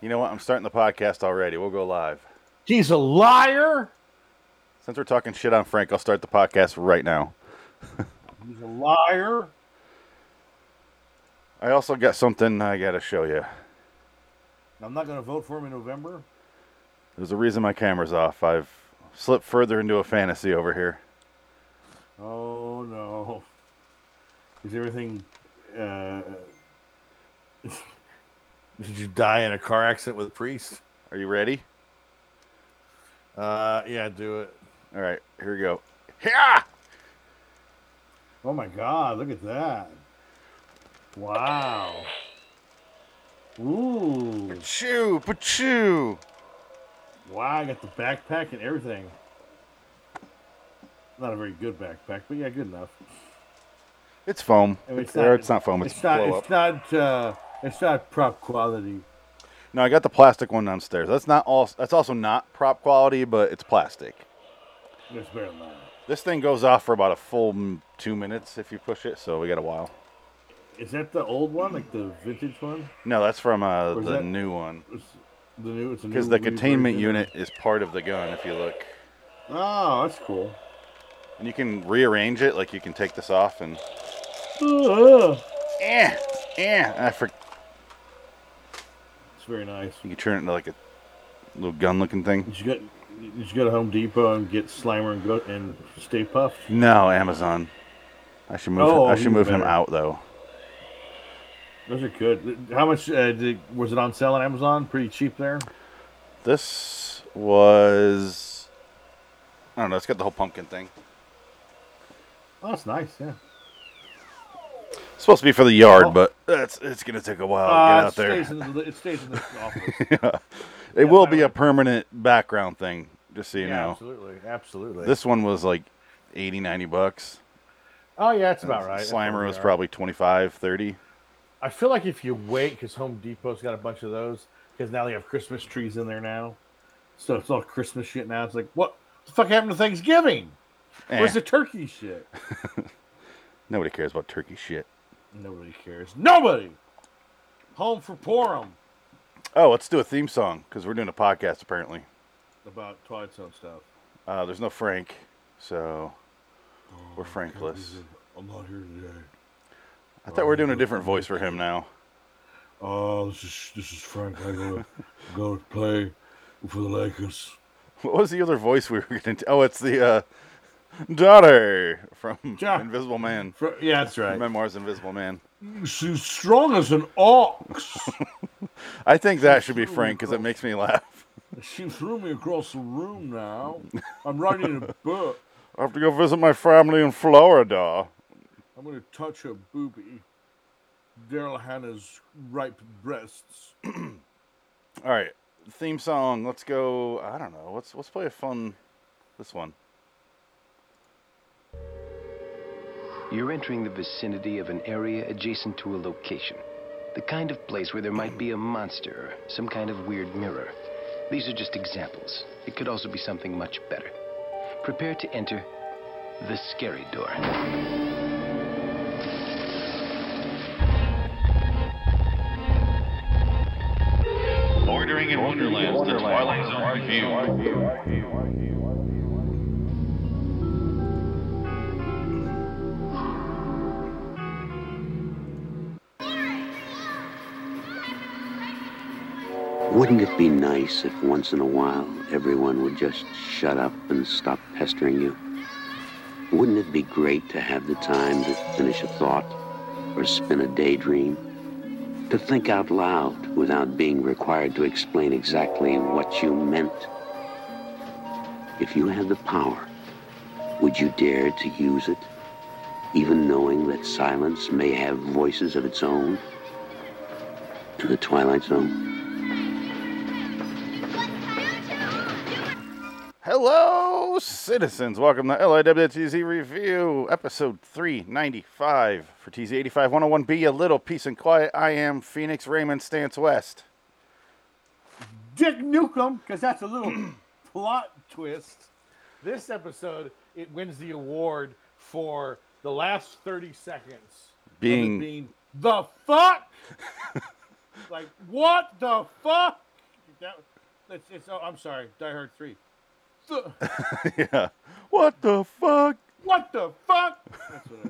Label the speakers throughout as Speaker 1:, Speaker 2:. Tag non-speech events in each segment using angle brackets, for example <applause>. Speaker 1: You know what? I'm starting the podcast already. We'll go live.
Speaker 2: He's a liar.
Speaker 1: Since we're talking shit on Frank, I'll start the podcast right now.
Speaker 2: He's a liar.
Speaker 1: I also got something I got to show you.
Speaker 2: I'm not going to vote for him in November.
Speaker 1: There's a reason my camera's off. I've slipped further into a fantasy over here.
Speaker 2: Oh no! Is everything? Uh, <laughs>
Speaker 3: Did you die in a car accident with a priest?
Speaker 1: Are you ready?
Speaker 3: Uh, yeah, do it.
Speaker 1: All right, here we go. Yeah!
Speaker 2: oh my God! Look at that! Wow! Ooh!
Speaker 1: Pachoo, pachoo.
Speaker 2: Wow! I got the backpack and everything. Not a very good backpack, but yeah, good enough.
Speaker 1: It's foam.
Speaker 2: I mean,
Speaker 1: it's, or it's not foam. It's,
Speaker 2: not.
Speaker 1: blow up.
Speaker 2: It's not. Uh, it's not prop quality.
Speaker 1: No, I got the plastic one downstairs. That's not all. That's also not prop quality, but it's plastic.
Speaker 2: It's better than that.
Speaker 1: This thing goes off for about a full mm, two minutes if you push it, so we got a while.
Speaker 2: Is that the old one, like the vintage one?
Speaker 1: No, that's from uh, the
Speaker 2: Where's that?
Speaker 1: new one
Speaker 2: It's the new. It's a new.
Speaker 1: because the
Speaker 2: new
Speaker 1: containment
Speaker 2: version.
Speaker 1: unit is part of the gun. If you look,
Speaker 2: Oh, that's cool.
Speaker 1: and you can rearrange it. Like you can take this off and
Speaker 2: Ugh.
Speaker 1: eh, eh. I for,
Speaker 2: It's very nice.
Speaker 1: you can turn it into like a little gun-looking thing.
Speaker 2: You should get you should go to Home Depot and get Slimer and go and Stay Puffed.
Speaker 1: No, Amazon. I should move.
Speaker 2: Oh,
Speaker 1: I should
Speaker 2: even
Speaker 1: move him
Speaker 2: better.
Speaker 1: out though.
Speaker 2: Those are good. How much uh, did, was it on sale on Amazon? Pretty cheap there.
Speaker 1: This was. I don't know. It's got the whole pumpkin thing.
Speaker 2: Oh, that's nice. Yeah.
Speaker 1: It's supposed to be for the yard,
Speaker 2: Oh.
Speaker 1: but it's it's gonna take a while to
Speaker 2: Uh, it
Speaker 1: Oh, get out there.
Speaker 2: stays in the, it stays in the
Speaker 1: <laughs>
Speaker 2: office.
Speaker 1: It will
Speaker 2: by
Speaker 1: be
Speaker 2: the
Speaker 1: a
Speaker 2: way.
Speaker 1: permanent background thing, just so you
Speaker 3: Yeah,
Speaker 1: know.
Speaker 3: absolutely, absolutely.
Speaker 1: This one was like 80, 90 bucks.
Speaker 3: oh yeah, it's about right. That's
Speaker 1: uh, Slimer
Speaker 3: probably
Speaker 1: was
Speaker 3: all right.
Speaker 1: probably 25, 30.
Speaker 3: I feel like if you wait, because Home Depot's got a bunch of those, because now they have Christmas trees in there now,
Speaker 2: So it's all Christmas shit now. It's like, what the fuck happened to Thanksgiving?
Speaker 1: Eh,
Speaker 2: Where's the turkey shit?
Speaker 1: Nobody cares about turkey shit.
Speaker 2: Nobody cares. Nobody. Home for Purim
Speaker 1: Oh, let's do a theme song because we're doing a podcast apparently.
Speaker 2: about Twilight Zone stuff.
Speaker 1: Uh, there's no Frank, so we're Frankless.
Speaker 2: I'm not here today.
Speaker 1: I thought we were doing a different voice for him now. <laughs>
Speaker 2: Oh, this is this is Frank. I go <laughs> go to play for the Lakers.
Speaker 1: What was the other voice we were going to? Oh, it's the uh, daughter from
Speaker 2: Ja-
Speaker 1: Invisible Man.
Speaker 2: yeah, that's right.
Speaker 1: Memoirs of Invisible Man.
Speaker 2: She's strong as an ox.
Speaker 1: I think that should be Frank because it makes me laugh.
Speaker 2: she threw me across the room. Now I'm writing a book.
Speaker 1: I have to go visit my family in Florida.
Speaker 2: I'm gonna touch her boobie, Daryl Hannah's ripe breasts.
Speaker 1: All right, theme song. Let's go. I don't know. Let's let's play a fun. This one.
Speaker 4: You're entering the vicinity of an area adjacent to a location. The kind of place where there might be a monster, or some kind of weird mirror. These are just examples. It could also be something much better. Prepare to enter the scary door.
Speaker 5: Bordering in Wonderland, the Twilight Zone Review.
Speaker 6: Wouldn't it be nice if once in a while everyone would just shut up and stop pestering you? Wouldn't it be great to have the time to finish a thought or spin a daydream? To think out loud without being required to explain exactly what you meant? If you had the power, would you dare to use it, even knowing that silence may have voices of its own? In the Twilight Zone?
Speaker 1: Hello, citizens. Welcome to LIWTZ Review, episode 395 for TZ85101B. A little peace and quiet. I am Phoenix Raymond Stance West. <laughs>
Speaker 2: Dick Nukem, because that's a little <clears throat> plot twist.
Speaker 3: this episode it wins the award for the last thirty seconds.
Speaker 1: Being
Speaker 2: <laughs> Being the fuck. like what the fuck? that it's, it's oh I'm sorry, Die Hard three. The-
Speaker 1: yeah. What the fuck?
Speaker 2: what the fuck? That's what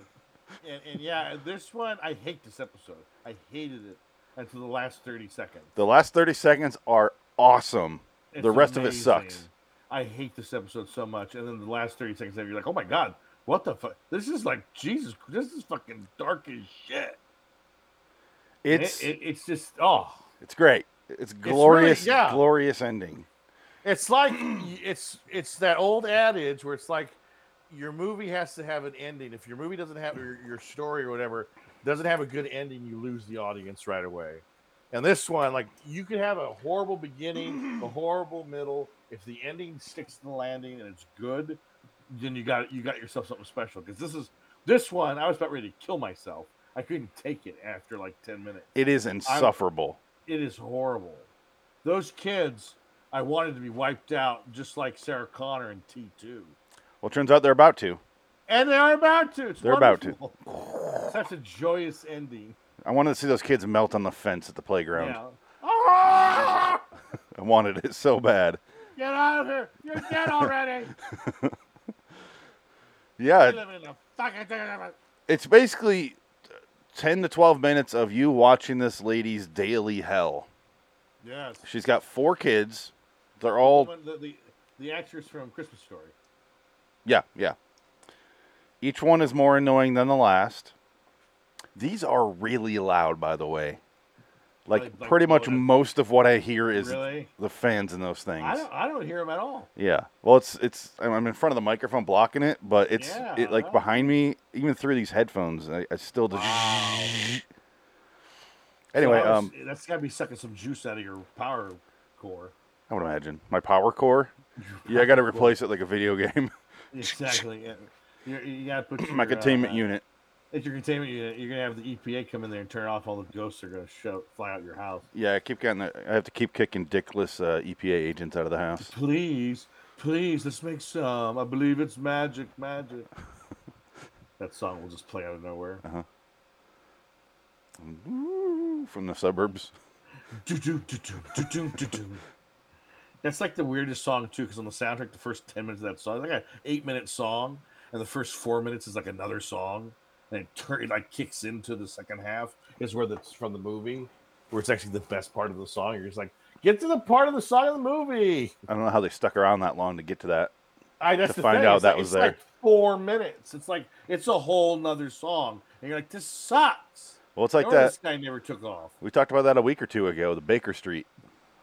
Speaker 2: I, and, and yeah, this one I hate this episode. I hated it until the last thirty seconds.
Speaker 1: The last 30 seconds are awesome.
Speaker 2: It's
Speaker 1: the rest of it sucks.
Speaker 2: amazing. I hate this episode so much, and then the last thirty seconds, you're like, oh my god, what the fuck? This is like Jesus. This is fucking dark as shit. It-
Speaker 1: It's
Speaker 2: it, it's just oh.
Speaker 1: it's great. It's glorious,
Speaker 3: yeah.
Speaker 1: glorious ending.
Speaker 3: It's like it's it's that old adage where it's like your movie has to have an ending. If your movie doesn't have your, your story or whatever doesn't have a good ending, you lose the audience right away. And this one, like you could have a horrible beginning, a horrible middle. If the ending
Speaker 2: sticks to the landing and it's good, then you got you got yourself something special. Because this is this one, I was about ready to kill myself. I couldn't take it after like ten minutes.
Speaker 1: It is insufferable.
Speaker 2: It is horrible. Those kids, I wanted to be wiped out, just like Sarah Connor in T two,
Speaker 1: well, turns out they're about to.
Speaker 2: and they are about to. It's
Speaker 1: They're about to.
Speaker 2: to. Such a joyous ending.
Speaker 1: I wanted to see those kids melt on the fence at the playground.
Speaker 2: Yeah. Ah!
Speaker 1: I wanted it <laughs> so bad.
Speaker 2: <laughs> Get out of here! You're
Speaker 1: <laughs>
Speaker 2: dead already.
Speaker 1: Yeah,
Speaker 2: you live in a fucking.
Speaker 1: it's basically 10 to 12 minutes of you watching this lady's daily hell.
Speaker 2: Yes.
Speaker 1: She's got four kids. They're all
Speaker 2: The, the, the actress from Christmas Story.
Speaker 1: Yeah, yeah. Each one is more annoying than the last. These are really loud, by the way. Like,
Speaker 2: Like- like
Speaker 1: pretty much
Speaker 2: loud.
Speaker 1: most of what I hear is
Speaker 2: Really?
Speaker 1: the fans in those things.
Speaker 2: I don't, I don't hear him at all.
Speaker 1: Yeah. Well, it's it's I'm I'm in front of the microphone blocking it, but it's
Speaker 2: Yeah,
Speaker 1: it like
Speaker 2: huh?
Speaker 1: behind me, even through these headphones, I, I still just. Anyway,
Speaker 2: So I was-
Speaker 1: um,
Speaker 2: that's got to be sucking some juice out of your power core.
Speaker 1: I would imagine my power core. Yeah, I
Speaker 2: <laughs>
Speaker 1: got to replace it like a video game. <laughs>
Speaker 2: Exactly. yeah. You're, you got
Speaker 1: <clears throat>
Speaker 2: to put your,
Speaker 1: my containment
Speaker 2: uh,
Speaker 1: unit.
Speaker 2: It's your containment unit. You're gonna have the EPA come in there and turn off all the ghosts. that Are gonna show fly out your house.
Speaker 1: Yeah, I keep getting. The, I have to keep kicking dickless uh, EPA agents out of the house.
Speaker 2: Please, please, let's make some. I believe it's magic, magic. that song will just play out of nowhere.
Speaker 1: Ooh, from the suburbs.
Speaker 2: Do-do, do-do, do-do, do-do. That's like the weirdest song too, because on the soundtrack, the first ten minutes of that song, it's like an eight-minute song, and the first four minutes is like another song, and it turn it like kicks into the second half is where that's from the movie, where it's actually the best part of the song. You're just like,
Speaker 3: get to the part of the song of the movie.
Speaker 1: I don't know how they stuck around that long to get to that.
Speaker 2: I that's
Speaker 1: To
Speaker 2: the
Speaker 1: find
Speaker 2: thing,
Speaker 1: out
Speaker 2: it's
Speaker 1: that
Speaker 2: like-
Speaker 1: was
Speaker 2: it's like four minutes. It's like it's a whole nother song, and you're like, this sucks.
Speaker 1: Well, it's like
Speaker 2: No wonder
Speaker 1: that.
Speaker 2: This guy never took off.
Speaker 1: We talked about that a week or two ago. The Baker Street.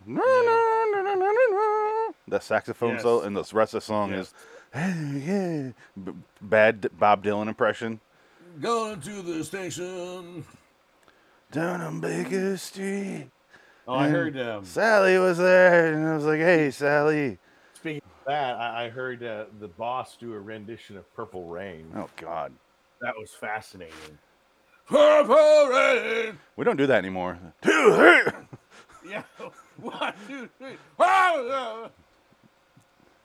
Speaker 1: No, no, no, no, no, no. The saxophone
Speaker 2: Yes.
Speaker 1: solo and the rest of the song
Speaker 2: Yes.
Speaker 1: is yeah, B- bad Bob Dylan impression.
Speaker 2: Going to the station.
Speaker 1: Down on Baker Street,
Speaker 2: Oh, I
Speaker 1: Yeah.
Speaker 2: heard um,
Speaker 1: Sally was there, and I was like, "Hey, Sally."
Speaker 3: Speaking of that, I, I heard uh, the boss do a rendition of Purple Rain.
Speaker 1: Oh God,
Speaker 3: That was fascinating. <laughs>
Speaker 2: Purple Rain.
Speaker 1: we don't do that anymore. <laughs> Two, three.
Speaker 2: Yeah. One, two, three. Ah!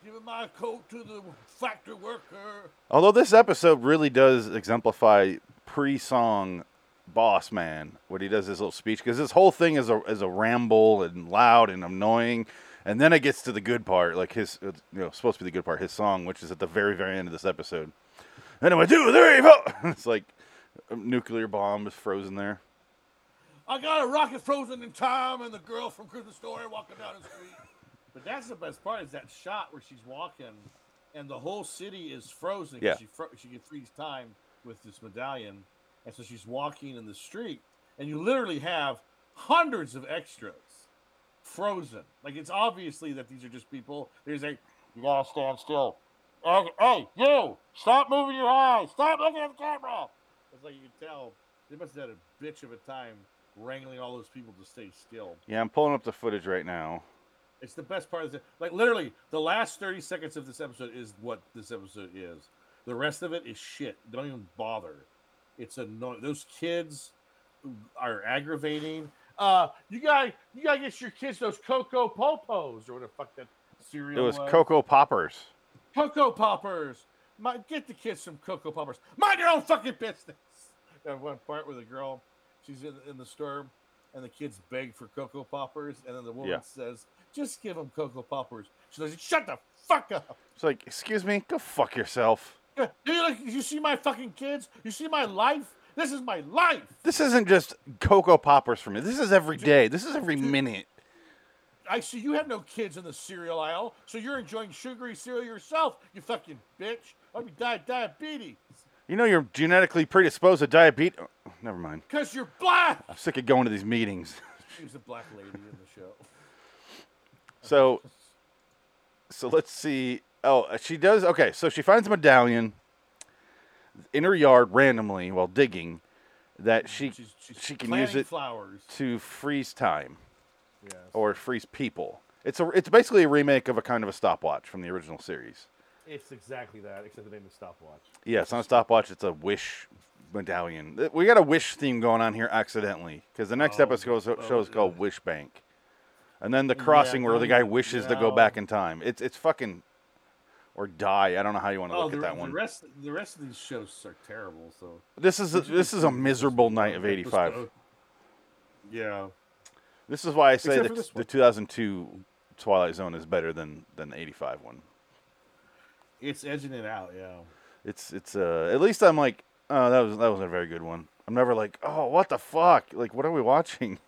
Speaker 2: Giving my coat to the factory worker.
Speaker 1: Although this episode really does exemplify pre-song boss man when he does his little speech because this whole thing is a is a ramble and loud and annoying and then it gets to the good part like his uh, you know supposed to be the good part his song which is at the very very end of this episode anyway two three four <laughs> it's like a nuclear bomb is frozen there
Speaker 2: I got a rocket frozen in time and the girl from Christmas Story walking down the street. But that's the best part is that shot where she's walking and the whole city is frozen. 'cause
Speaker 1: Yeah.
Speaker 2: She, fro- she can freeze time with this medallion. And so she's walking in the street and you literally have hundreds of extras frozen. Like it's obviously that these are just people. There's a you gotta stand still. Hey, hey, you! Stop moving your eyes. Stop looking at the camera. It's like you can tell they must have had a bitch of a time wrangling all those people to stay still.
Speaker 1: yeah i'm pulling up the footage right now
Speaker 2: It's the best part of the like literally the last thirty seconds of this episode is what this episode is. The rest of it is shit. Don't even bother. It's annoying. Those kids are aggravating.
Speaker 3: Uh, you gotta you gotta get your kids those Coco Popos or whatever the fuck that
Speaker 1: it
Speaker 3: cereal
Speaker 1: was cocoa poppers
Speaker 2: Cocoa Poppers. My, get the kids some Cocoa Poppers. Mind your own fucking business. That one part where the girl, she's in, in the store, and the kids beg for Cocoa Poppers, and then the woman
Speaker 1: Yeah.
Speaker 2: says, "Just give them Cocoa Poppers." She goes, "Shut the fuck up."
Speaker 1: It's like, excuse me, go fuck yourself.
Speaker 2: Do you, like, you see my fucking kids? You see my life? This is my life.
Speaker 1: This isn't just cocoa poppers for me. This is every day. This is every minute.
Speaker 2: I see you have no kids in the cereal aisle, so you're enjoying sugary cereal yourself, you fucking bitch. I'll be di- diabetes
Speaker 1: You know you're genetically predisposed to diabetes. Oh, never mind.
Speaker 2: because you're black.
Speaker 1: I'm sick of going to these meetings. <laughs>
Speaker 2: She was a black lady in the show.
Speaker 1: So, so let's see. Oh, she does. Okay, so she finds a medallion in her yard randomly while digging that she
Speaker 2: Mm-hmm. She's, she's
Speaker 1: she can use
Speaker 2: planting
Speaker 1: it
Speaker 2: flowers.
Speaker 1: to freeze time
Speaker 3: Yes.
Speaker 1: or freeze people. It's a it's basically a remake of a kind of a stopwatch from the original series.
Speaker 3: It's exactly that, except the name is stopwatch.
Speaker 1: Yeah, it's not a stopwatch. It's a wish medallion. Th- We got a wish theme going on here accidentally because the
Speaker 2: Oh,
Speaker 1: next episode show show is called Wish Bank, and then the crossing where the guy wishes to go
Speaker 2: um, no.
Speaker 1: back in time. It's it's fucking or die. I don't know how you want to
Speaker 2: Oh,
Speaker 1: look
Speaker 2: the,
Speaker 1: at that
Speaker 2: the
Speaker 1: one.
Speaker 2: rest the rest of these shows are terrible. So
Speaker 1: This is a, this is a
Speaker 2: Oh,
Speaker 1: miserable night of '85.
Speaker 2: yeah,
Speaker 1: This is why I say
Speaker 3: Except
Speaker 1: the,
Speaker 3: for this
Speaker 1: the 2002 Twilight Zone is better than than the '85 one.
Speaker 2: it's edging it out. Yeah.
Speaker 1: It's it's uh at least I'm like oh that was that wasn't a very good one. I'm never like oh what the fuck like what are we watching?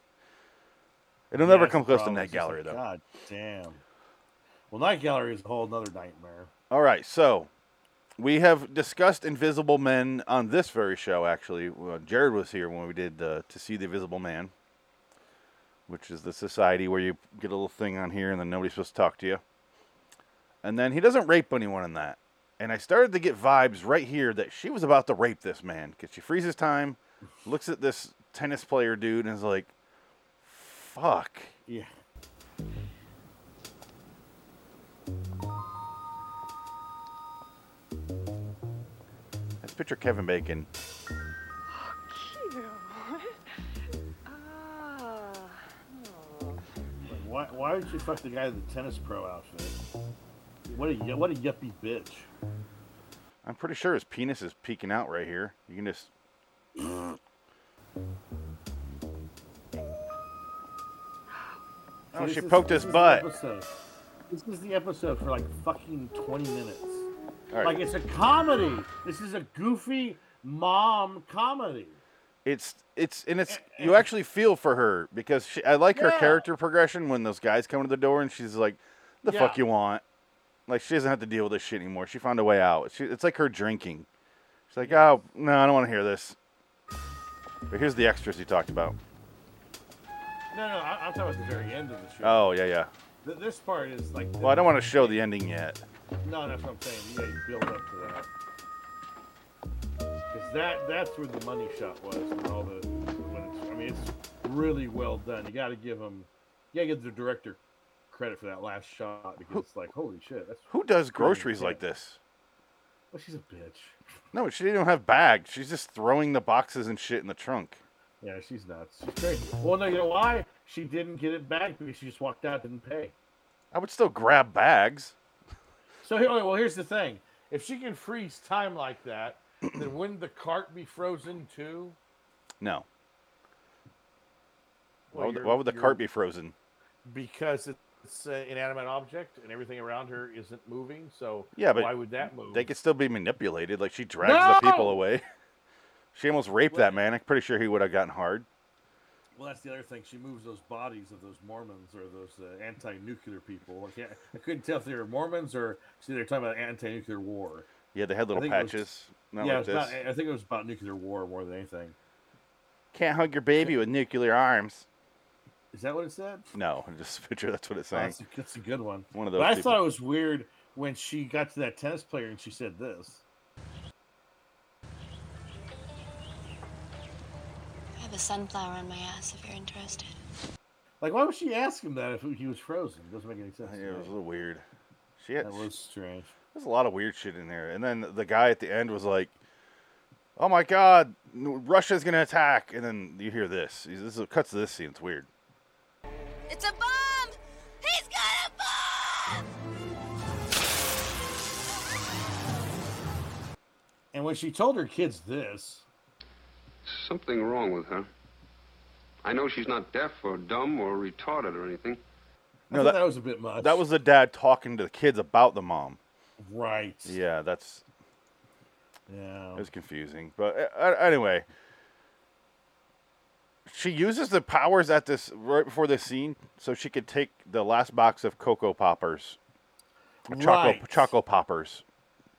Speaker 1: <laughs> It'll never
Speaker 2: That's
Speaker 1: come
Speaker 2: the
Speaker 1: close to
Speaker 2: problem.
Speaker 1: Night
Speaker 2: It's just
Speaker 1: Gallery
Speaker 2: like,
Speaker 1: though.
Speaker 2: God damn. Well, Night Gallery is a whole nother nightmare.
Speaker 1: All right, so we have discussed Invisible Men on this very show. Actually, Well, Jared was here when we did uh, to see the Invisible Man, which is the society where you get a little thing on here and then nobody's supposed to talk to you. And then he doesn't rape anyone in that. And I started to get vibes right here that she was about to rape this man because she freezes time, looks at this tennis player dude, and is like, "Fuck."
Speaker 2: Yeah.
Speaker 1: Let's picture Kevin Bacon.
Speaker 7: Cute. Ah. Oh.
Speaker 2: Like, why, why would you fuck the guy in the tennis pro outfit? What a yu- what a yuppie bitch.
Speaker 1: I'm pretty sure his penis is peeking out right here. You can just Oh,
Speaker 2: So
Speaker 1: she
Speaker 2: this is-
Speaker 1: poked
Speaker 2: this
Speaker 1: his
Speaker 2: is the
Speaker 1: butt.
Speaker 2: episode. This is the episode for like fucking 20 minutes.
Speaker 1: All right.
Speaker 2: Like it's a comedy. This is a goofy mom comedy.
Speaker 1: It's it's and it's
Speaker 3: Eh,
Speaker 1: you actually feel for her because she, I like her
Speaker 2: Yeah.
Speaker 1: character progression when those guys come to the door and she's like, "The fuck you want?" Like she doesn't have to deal with this shit anymore. She found a way out. She, it's like her drinking. She's like, "Oh no, I don't want to hear this." But here's the extras you talked about.
Speaker 2: No, no, I, I'm talking about the very end of the show.
Speaker 1: Oh yeah, yeah.
Speaker 2: Th- this part is like.
Speaker 1: Well, I don't want to show the ending yet.
Speaker 2: No, that's what I'm saying. You gotta build up to that. Because that, that's where the money shot was. And all the, when it's, I mean, it's really well done. You gotta give them, you gotta give the director credit for that last shot because it's like, holy shit, that's,
Speaker 1: Who does groceries like this?
Speaker 2: well, she's a bitch.
Speaker 1: No, she didn't even have bags. She's just throwing the boxes and shit in the trunk.
Speaker 2: Yeah, she's nuts. She's crazy. Well, no, you know why? She didn't get it back because she just walked out, didn't pay.
Speaker 1: I would still grab bags.
Speaker 2: So, here, well, here's the thing.
Speaker 3: If she can freeze time like that, then <clears throat> wouldn't the cart be frozen too?
Speaker 1: No. Why
Speaker 3: Well,
Speaker 1: would, the-
Speaker 3: you're-
Speaker 1: why would the
Speaker 3: you're-
Speaker 1: cart be frozen?
Speaker 3: Because it's an inanimate object and everything around her isn't moving. So
Speaker 1: Yeah, but
Speaker 3: why would that move?
Speaker 1: They could still be manipulated. Like she drags the people
Speaker 2: No!
Speaker 1: away. <laughs> she almost raped that man. I'm pretty sure he would have gotten hard.
Speaker 2: Well, that's the other thing. She moves those bodies of those Mormons or those uh, anti-nuclear people. I, can't, I couldn't tell if they were Mormons or see they're talking about anti-nuclear war.
Speaker 1: Yeah, they had little
Speaker 2: think it was-
Speaker 1: patches. not
Speaker 2: yeah,
Speaker 1: like
Speaker 2: it's
Speaker 1: this.
Speaker 2: not, I think it was about nuclear war more than anything.
Speaker 1: Can't hug your baby with nuclear arms.
Speaker 2: Is that what it said?
Speaker 1: No, <laughs> I'm just picture that's what it's
Speaker 2: Oh,
Speaker 1: saying.
Speaker 2: that's, a, that's a good one.
Speaker 1: One of
Speaker 2: But
Speaker 1: those
Speaker 2: I
Speaker 1: people.
Speaker 2: thought it was weird when she got to that tennis player and she said this.
Speaker 8: I have a sunflower on my ass if you're interested.
Speaker 2: Like, why would she ask him that if he was frozen? It doesn't make any sense. to
Speaker 1: Yeah, it was a
Speaker 2: me.
Speaker 1: little weird. She had,
Speaker 2: That was strange.
Speaker 1: There's a lot of weird shit in there. And then the guy at the end was like, "Oh my god, n- Russia's gonna attack!" And then you hear this. This is, it cuts to this scene. It's weird.
Speaker 8: It's a bomb! He's got a bomb!
Speaker 2: And when she told her kids this,
Speaker 9: Something wrong with her. I know she's not deaf or dumb or retarded or anything.
Speaker 1: No,
Speaker 2: I
Speaker 1: that-
Speaker 2: thought that was a bit much.
Speaker 1: That was the dad talking to the kids about the mom.
Speaker 2: right.
Speaker 1: Yeah, that's
Speaker 2: Yeah.
Speaker 1: it was confusing. But uh, uh, anyway, she uses the powers at this right before this scene, so she could take the last box of cocoa poppers, choco
Speaker 2: Right.
Speaker 1: choco poppers,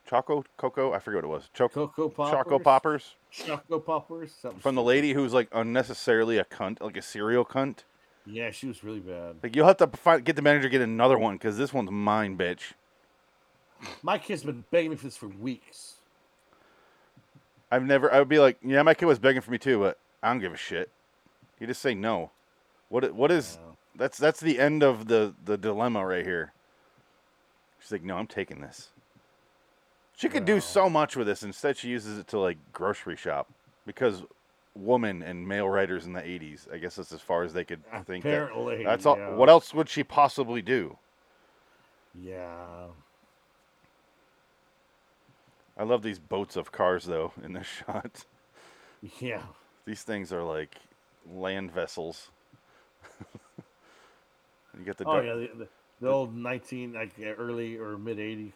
Speaker 1: choco cocoa. I forget what it was. Choco
Speaker 2: Cocoa poppers.
Speaker 1: choco poppers
Speaker 2: Choco poppers. Something
Speaker 1: from the lady who was like unnecessarily a cunt, like a serial cunt.
Speaker 2: Yeah, she was really bad.
Speaker 1: Like you'll have to find, get the manager to get another one because this one's mine, bitch.
Speaker 2: My kid's been begging me for this for weeks.
Speaker 1: I've never. I would be like, yeah, my kid was begging for me too, but I don't give a shit. You just say no. What? i- What is?
Speaker 2: Yeah.
Speaker 1: That's that's the end of the the dilemma right here. She's like, no, I'm taking this. She could do so much with this. Instead, she uses it to like grocery shop because woman and male writers in the '80s. I guess that's as far as they could think. that-
Speaker 2: Apparently.
Speaker 1: that's all.
Speaker 2: yeah.
Speaker 1: What else would she possibly do?
Speaker 2: Yeah.
Speaker 1: I love these boats of cars though in this <laughs> shot.
Speaker 2: Yeah.
Speaker 1: These things are like land vessels. <laughs> you got the
Speaker 2: Oh
Speaker 1: dark-
Speaker 2: yeah, the, the, the old nineteen like uh, early or mid eighty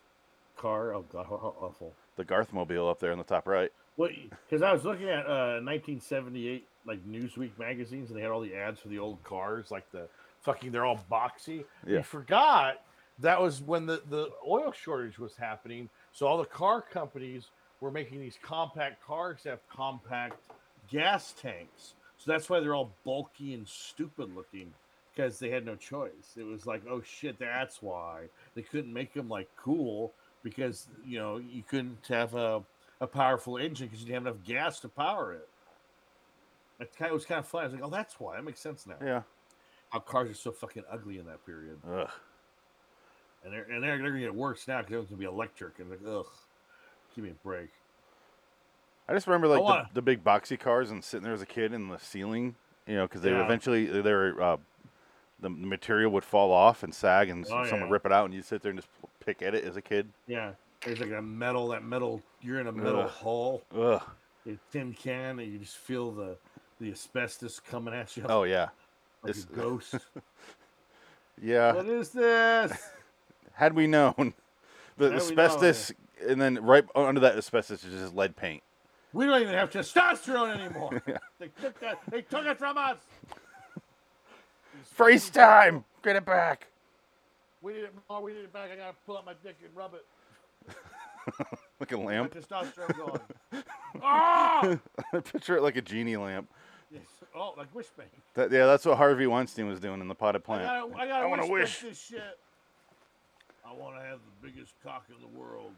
Speaker 2: car. Oh god, how, how awful.
Speaker 1: the Garth mobile up there in the top right.
Speaker 2: Well, because I was looking at uh, 1978 like Newsweek magazines, and they had all the ads for the old
Speaker 3: cars, like the fucking, they're all boxy.
Speaker 1: Yeah.
Speaker 3: You forgot that was when the, the oil shortage was happening. So all the car companies were making these compact cars that have compact.
Speaker 2: gas tanks. So that's why they're all bulky and stupid looking because they had no choice. It was like, oh shit, that's why they couldn't make them like cool because you know you couldn't have a, a powerful engine because you didn't have enough gas to power it. It, kind of, was kind of funny. I was like, oh, that's why. That makes sense now.
Speaker 1: Yeah.
Speaker 2: How cars are so fucking ugly in that period.
Speaker 1: Ugh.
Speaker 2: and they're and they're, they're gonna get worse now because everything's gonna be electric and like ugh, give me a break.
Speaker 1: I just remember like
Speaker 2: wanna-
Speaker 1: the, the big boxy cars and sitting there as a kid in the ceiling, you know, because they would
Speaker 2: Yeah.
Speaker 1: eventually they were uh, the the material would fall off and sag, and s-
Speaker 2: Oh,
Speaker 1: someone
Speaker 2: yeah.
Speaker 1: rip it out, and you would sit there and just pick at it as a kid.
Speaker 2: Yeah, there's like a metal that metal you're in a metal
Speaker 1: Ugh.
Speaker 2: hole,
Speaker 1: Ugh.
Speaker 2: a tin can, and you just feel the the asbestos coming at you
Speaker 1: Oh yeah.
Speaker 2: like
Speaker 1: it's- <laughs>
Speaker 2: a ghost.
Speaker 1: Yeah.
Speaker 2: what is this?
Speaker 1: Had we known, <laughs> the
Speaker 2: Had we known, yeah.
Speaker 1: asbestos, and then right under that asbestos is just lead paint.
Speaker 2: We don't even have
Speaker 1: <laughs>
Speaker 2: testosterone anymore. They took that. They took it from us.
Speaker 1: Freeze time. Get it back.
Speaker 3: We need it more. We need it back. I gotta pull out my dick and rub it.
Speaker 1: Like a
Speaker 2: My
Speaker 1: lamp.
Speaker 2: testosterone gone.
Speaker 1: <laughs>
Speaker 2: Ah!
Speaker 1: I <laughs> picture it like a genie lamp.
Speaker 2: Yes. Oh, like wish bank.
Speaker 1: That, yeah, that's what Harvey Weinstein was doing in the potted
Speaker 2: I
Speaker 1: plant.
Speaker 2: gotta, I gotta
Speaker 1: wanna wish.
Speaker 2: wish, bank this shit. I want to have the biggest cock in
Speaker 1: <laughs>
Speaker 2: the world.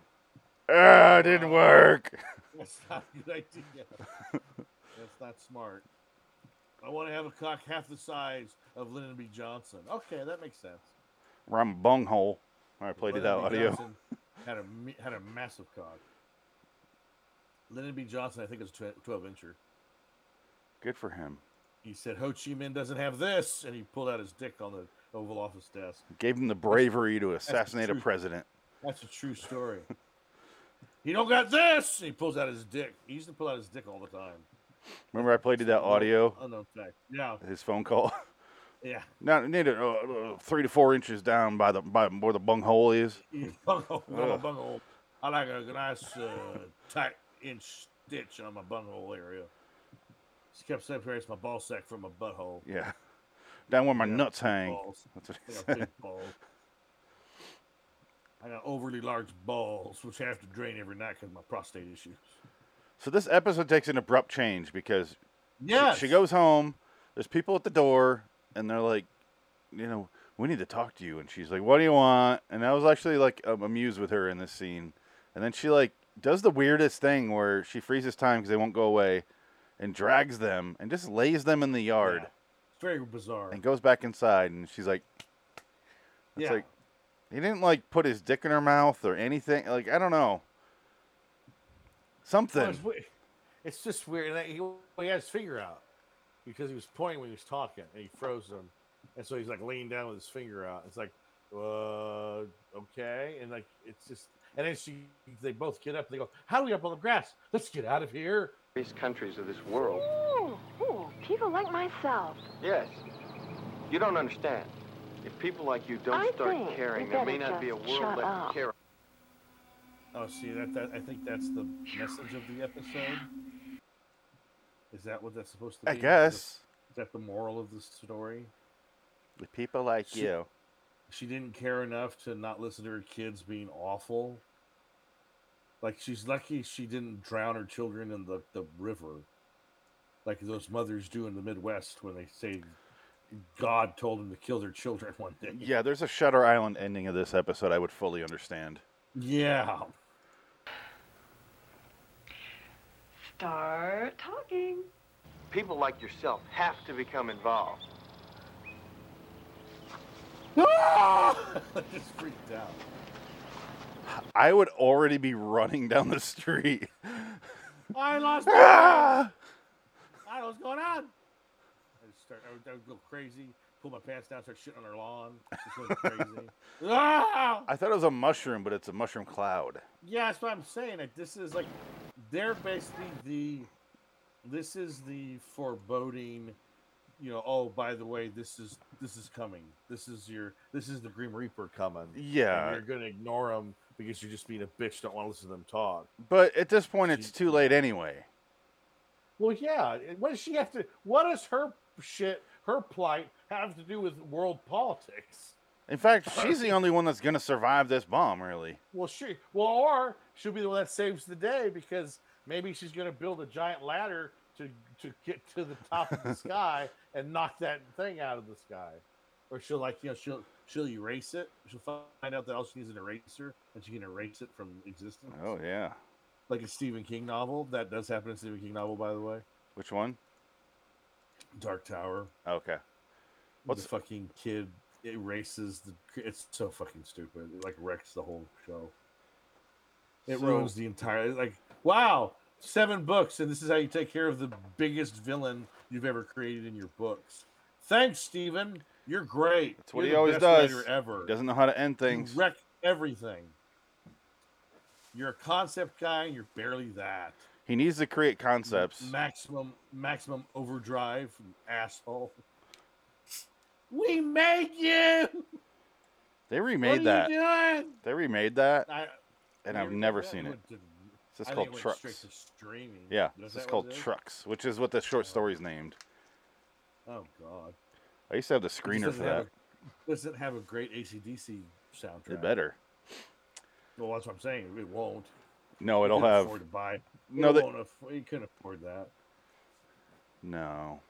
Speaker 1: Ah, it didn't work. <laughs>
Speaker 2: That's not a good idea. That's not smart. I want to have a cock half the size of Lyndon B. Johnson. Okay, that makes sense.
Speaker 1: Rum bunghole. I played it out
Speaker 2: Lyndon B.
Speaker 1: audio. <laughs>
Speaker 2: Johnson had a mi- had a massive cock. Lyndon B. Johnson, I think, is a twelve incher.
Speaker 1: Good for him.
Speaker 2: He said Ho Chi Minh doesn't have this, and he pulled out his dick on the Oval Office desk.
Speaker 1: Gave him the bravery to assassinate a
Speaker 2: truth.
Speaker 1: president.
Speaker 2: That's a true story. <laughs> he don't got this. He pulls out his dick. He used to pull out his dick all the time.
Speaker 1: Remember, I played you that audio,
Speaker 2: Unknown fact. Yeah,
Speaker 1: his phone call. <laughs>
Speaker 2: yeah. <laughs>
Speaker 1: Now, you need it uh, uh, three to four inches down by the by where the bunghole is.
Speaker 2: Yeah, bunghole, bunghole, bunghole. I like a nice uh, tight inch stitch on my bunghole area. Just kept separates my ball sack from my butthole.
Speaker 1: Yeah, down where my
Speaker 2: Yeah,
Speaker 1: nuts hang.
Speaker 2: balls.
Speaker 1: That's what
Speaker 2: I
Speaker 1: he
Speaker 2: got
Speaker 1: said.
Speaker 2: big
Speaker 1: <laughs>
Speaker 2: balls. I got overly large balls, which I have to drain every night because of my prostate issues.
Speaker 1: So this episode takes an abrupt change because
Speaker 2: Yeah,
Speaker 1: She, she goes home. There's people at the door, and they're like, you know, we need to talk to you. And she's like, what do you want? And I was actually like um, amused with her in this scene. And then she like does the weirdest thing where she freezes time because they won't go away, and drags them and just lays them in the yard
Speaker 2: It's very bizarre.
Speaker 1: and goes back inside. And she's like, it's
Speaker 2: yeah,
Speaker 1: like he didn't like put his dick in her mouth or anything. Like I don't
Speaker 3: Well,
Speaker 1: know. Something.
Speaker 3: it's, we- it's just weird. And he, he had his finger out because he was pointing when he was talking, and he froze him. And so he's like leaning down with his finger out. It's like, uh, okay. And like it's just. And then she, they both get up. They go, "How do we get up on the grass? Let's get out of here."
Speaker 9: These countries of this world.
Speaker 7: Ooh, ooh, people like myself.
Speaker 10: Yes. You don't understand. If people like you don't
Speaker 7: I
Speaker 10: start
Speaker 7: think
Speaker 10: caring,
Speaker 7: you
Speaker 10: there may
Speaker 7: better
Speaker 10: not be a
Speaker 7: just
Speaker 10: world
Speaker 7: shut
Speaker 10: left
Speaker 7: up.
Speaker 10: to care.
Speaker 2: Oh, see that, that I think that's the message of the episode. Is that what that's supposed to be?
Speaker 1: I
Speaker 2: Is
Speaker 1: guess.
Speaker 2: that- Is that the moral of the story?
Speaker 1: The people like
Speaker 2: She-
Speaker 1: you.
Speaker 2: She didn't care enough to not listen to her kids being awful. Like she's lucky she didn't drown her children in the, the river. Like those mothers do in the Midwest when they say God told them to kill their children one day.
Speaker 1: Yeah, there's a Shutter Island ending of this episode I would fully understand.
Speaker 2: Yeah. <laughs>
Speaker 7: Start talking.
Speaker 10: People like yourself have to become involved.
Speaker 2: Just freaked out.
Speaker 1: I would already be running down the street. <laughs>
Speaker 2: I <laughs> lost
Speaker 1: Ah!
Speaker 2: I don't know what's going on. I would start. I would, I would go crazy. Pull my pants down. Start shitting on her lawn. Just going crazy. <laughs> ah!
Speaker 1: I thought it was a mushroom, but it's a mushroom cloud.
Speaker 2: Yeah, that's what I'm saying. Like, this is like they're basically the. This is the foreboding. You know. Oh, by the way, this is this is coming. This is your. This is the Grim Reaper coming.
Speaker 3: And
Speaker 1: Yeah,
Speaker 3: you're gonna ignore them because you're just being a bitch. Don't want to listen to them talk.
Speaker 1: but at this point, it's too late anyway.
Speaker 3: Well, yeah. it- What does she have to? What does her shit, her plight, have to do with world politics?
Speaker 1: In
Speaker 2: <laughs>
Speaker 1: fact, she's the only one that's going to survive this bomb, really.
Speaker 3: Well, she. Well, or she'll be the one that saves the day because maybe she's gonna build a giant ladder to to
Speaker 2: <laughs>
Speaker 3: get to the top of the sky and knock that thing out of the sky.
Speaker 2: Or she'll like you know she'll she'll erase it. She'll find out that all she needs is an eraser, and she can erase it from existence.
Speaker 1: Oh, yeah.
Speaker 2: like a Stephen King novel. That does happen in a Stephen King novel, by the way.
Speaker 1: Which one?
Speaker 2: Dark Tower.
Speaker 1: Okay.
Speaker 2: What the
Speaker 1: What's-
Speaker 2: fucking kid erases the? It's so fucking stupid. It like wrecks the whole show. It
Speaker 3: So-
Speaker 2: ruins the entire. Like wow, seven books, and this is how you take care of the biggest villain you've ever created in your books. Thanks, Stephen. You're great.
Speaker 1: That's what
Speaker 2: You're
Speaker 1: he
Speaker 2: the
Speaker 1: always
Speaker 2: best
Speaker 1: does.
Speaker 2: writer Ever
Speaker 1: Doesn't know how to end things.
Speaker 2: You wreck everything. You're a concept guy, and you're barely that.
Speaker 1: He needs to create concepts.
Speaker 2: Maximum maximum overdrive, asshole. We made you.
Speaker 1: They
Speaker 2: what are
Speaker 1: remade that.
Speaker 2: you doing?
Speaker 1: They remade that,
Speaker 2: I,
Speaker 1: and
Speaker 2: you
Speaker 1: I've
Speaker 2: remade
Speaker 1: never
Speaker 2: that?
Speaker 1: seen it.
Speaker 2: went to-
Speaker 1: It's just
Speaker 2: I
Speaker 1: called
Speaker 2: think it went straight
Speaker 1: Trucks.
Speaker 2: to streaming.
Speaker 1: Yeah,
Speaker 2: Is
Speaker 1: it's
Speaker 2: that
Speaker 1: just
Speaker 2: what
Speaker 1: called
Speaker 2: it is?
Speaker 1: Trucks, which is what the short story's named.
Speaker 2: Oh God.
Speaker 1: I used to have the
Speaker 2: It just
Speaker 1: screener for
Speaker 2: doesn't have
Speaker 1: that.
Speaker 2: a- Doesn't have a great ACDC soundtrack.
Speaker 1: It better.
Speaker 2: Well, that's what I'm saying. It won't.
Speaker 1: No,
Speaker 2: We
Speaker 1: it'll
Speaker 2: couldn't
Speaker 1: have
Speaker 2: afford to buy.
Speaker 1: no.
Speaker 2: No,
Speaker 1: That,
Speaker 2: won't aff- you couldn't afford that.
Speaker 1: no.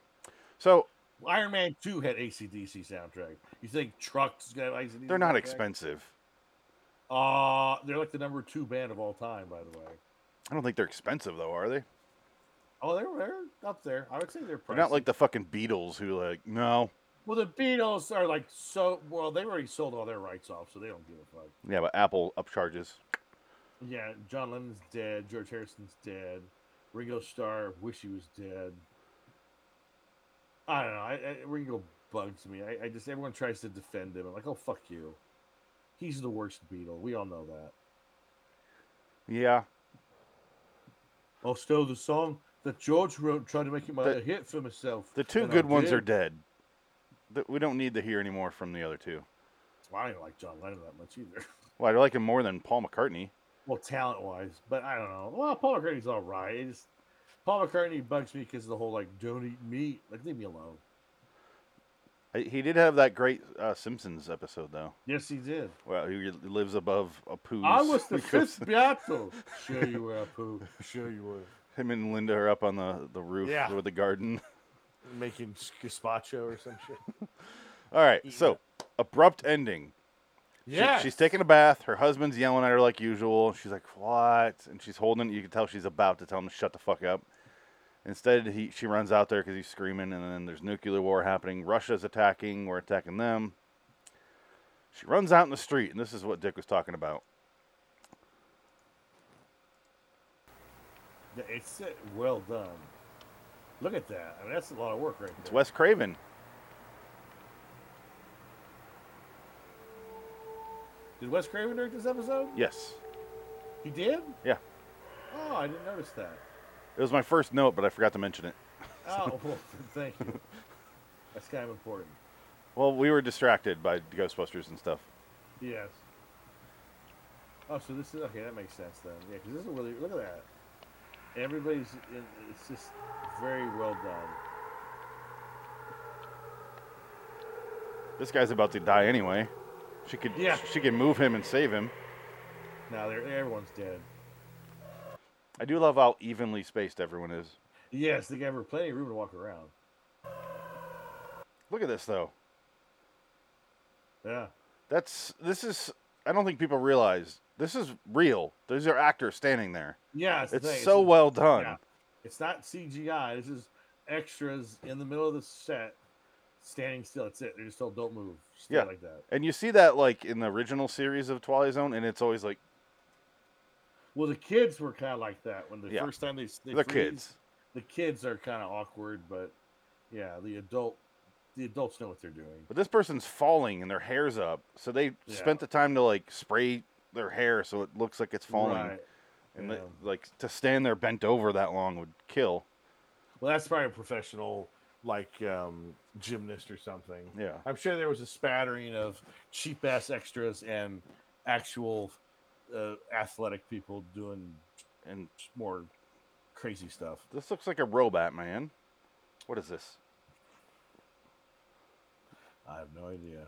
Speaker 1: So
Speaker 2: Iron Man Two had ACDC soundtrack. You think Trucks got ACDC?
Speaker 1: they're not
Speaker 2: soundtrack?
Speaker 1: expensive.
Speaker 2: Uh they're like the number two band of all time, by the way.
Speaker 1: I don't think they're expensive though, are they?
Speaker 2: Oh, they're, they're up there. I would say they're
Speaker 1: They're
Speaker 2: pricey.
Speaker 1: not like the fucking Beatles who like no.
Speaker 2: well, the Beatles are like so. Well, they already sold all their rights off, so they don't give a fuck.
Speaker 1: Yeah, but Apple upcharges.
Speaker 2: Yeah, John Lennon's dead. George Harrison's dead. Ringo Starr wish he was dead. I don't know. I, I, Ringo bugs me. I, I just everyone tries to defend him. I'm like, oh fuck you. He's the worst Beatle. We all know that.
Speaker 1: Yeah,
Speaker 2: Oh, still the song that George wrote, trying to make it my
Speaker 1: The-
Speaker 2: a hit for myself.
Speaker 1: the two
Speaker 2: and I
Speaker 1: good ones are
Speaker 2: did.
Speaker 1: dead. Th- We don't need to hear anymore from the other two.
Speaker 2: Well, I don't like John Lennon that much either. <laughs>
Speaker 1: Well, I like him more than Paul McCartney.
Speaker 2: Well, talent wise, but I don't know. Well, Paul McCartney's all right. It's- Paul McCartney bugs me because of the whole like don't eat meat. Like leave me alone.
Speaker 1: I- He did have that great uh, Simpsons episode though.
Speaker 2: Yes, he did.
Speaker 1: Well, he lives above a poo.
Speaker 2: I was the fifth Beatle. Sure
Speaker 3: <laughs>
Speaker 2: you were, Pooh.
Speaker 3: Sure you would.
Speaker 1: Him and Linda are up on the, the roof
Speaker 3: Yeah.
Speaker 1: with the garden. <laughs>
Speaker 3: Making gazpacho or some
Speaker 2: <laughs>
Speaker 3: shit.
Speaker 1: All right, so abrupt ending. She-
Speaker 3: Yeah.
Speaker 1: she's taking a bath. Her husband's yelling at her like usual. She's like, "What?" And she's holding. You can tell she's about to tell him to shut the fuck up. Instead, he she runs out there because he's screaming, and then there's nuclear war happening. Russia's attacking. We're attacking them. She runs out in the street, and this is what Dick was talking about.
Speaker 2: Yeah, It's uh, well done. Look at that. I mean, that's a lot of work right
Speaker 1: It's
Speaker 2: there.
Speaker 1: Wes Craven.
Speaker 2: Did Wes Craven direct this episode?
Speaker 1: Yes,
Speaker 2: He did.
Speaker 1: Yeah.
Speaker 2: Oh, I didn't notice that.
Speaker 3: <laughs>
Speaker 1: it was my first note, but I forgot to mention it.
Speaker 2: Oh, <laughs> well, thank you. That's kind of important.
Speaker 1: Well, we were distracted by Ghostbusters and stuff.
Speaker 2: Yes. Oh, so this is okay. That makes sense then. Yeah, because this is really look at that. Everybody's in, it's just very well done.
Speaker 1: This guy's about to die anyway. She could
Speaker 2: Yeah.
Speaker 1: she could move him and save him.
Speaker 2: Now they're everyone's dead.
Speaker 1: I do love how evenly spaced everyone is.
Speaker 2: Yes, they gave her plenty of room to walk around.
Speaker 1: Look at this though.
Speaker 2: Yeah.
Speaker 1: That's this is I don't think people realize this is real. These are actors standing there.
Speaker 2: Yeah, it's, the
Speaker 1: It's
Speaker 2: thing,
Speaker 1: so
Speaker 2: it's-
Speaker 1: well done.
Speaker 2: yeah. It's not CGI. This is extras in the middle of the set, standing still. That's it. They're just told don't move. Stay
Speaker 1: Yeah.
Speaker 2: like that.
Speaker 1: And you see that like in the original series of Twilight Zone, and it's always like
Speaker 2: Well, the kids were kind of like that when the
Speaker 1: Yeah.
Speaker 2: first time they, s- they
Speaker 1: the
Speaker 2: freeze,
Speaker 1: kids.
Speaker 2: The kids are kind of awkward, but yeah, the adult the adults know what they're doing.
Speaker 1: But this person's falling and their hair's up, so they
Speaker 2: Yeah.
Speaker 1: spent the time to like spray their hair so it looks like it's falling.
Speaker 2: Right.
Speaker 1: And
Speaker 2: Yeah.
Speaker 1: the- like to stand there bent over that long would kill.
Speaker 3: Well, that's probably a professional, like um, gymnast or something.
Speaker 1: Yeah.
Speaker 3: I'm sure there was a spattering of.
Speaker 2: Cheap ass extras and actual uh, athletic people doing
Speaker 1: And
Speaker 2: more crazy stuff.
Speaker 1: this looks like a robot man. What is this?
Speaker 2: I have no idea.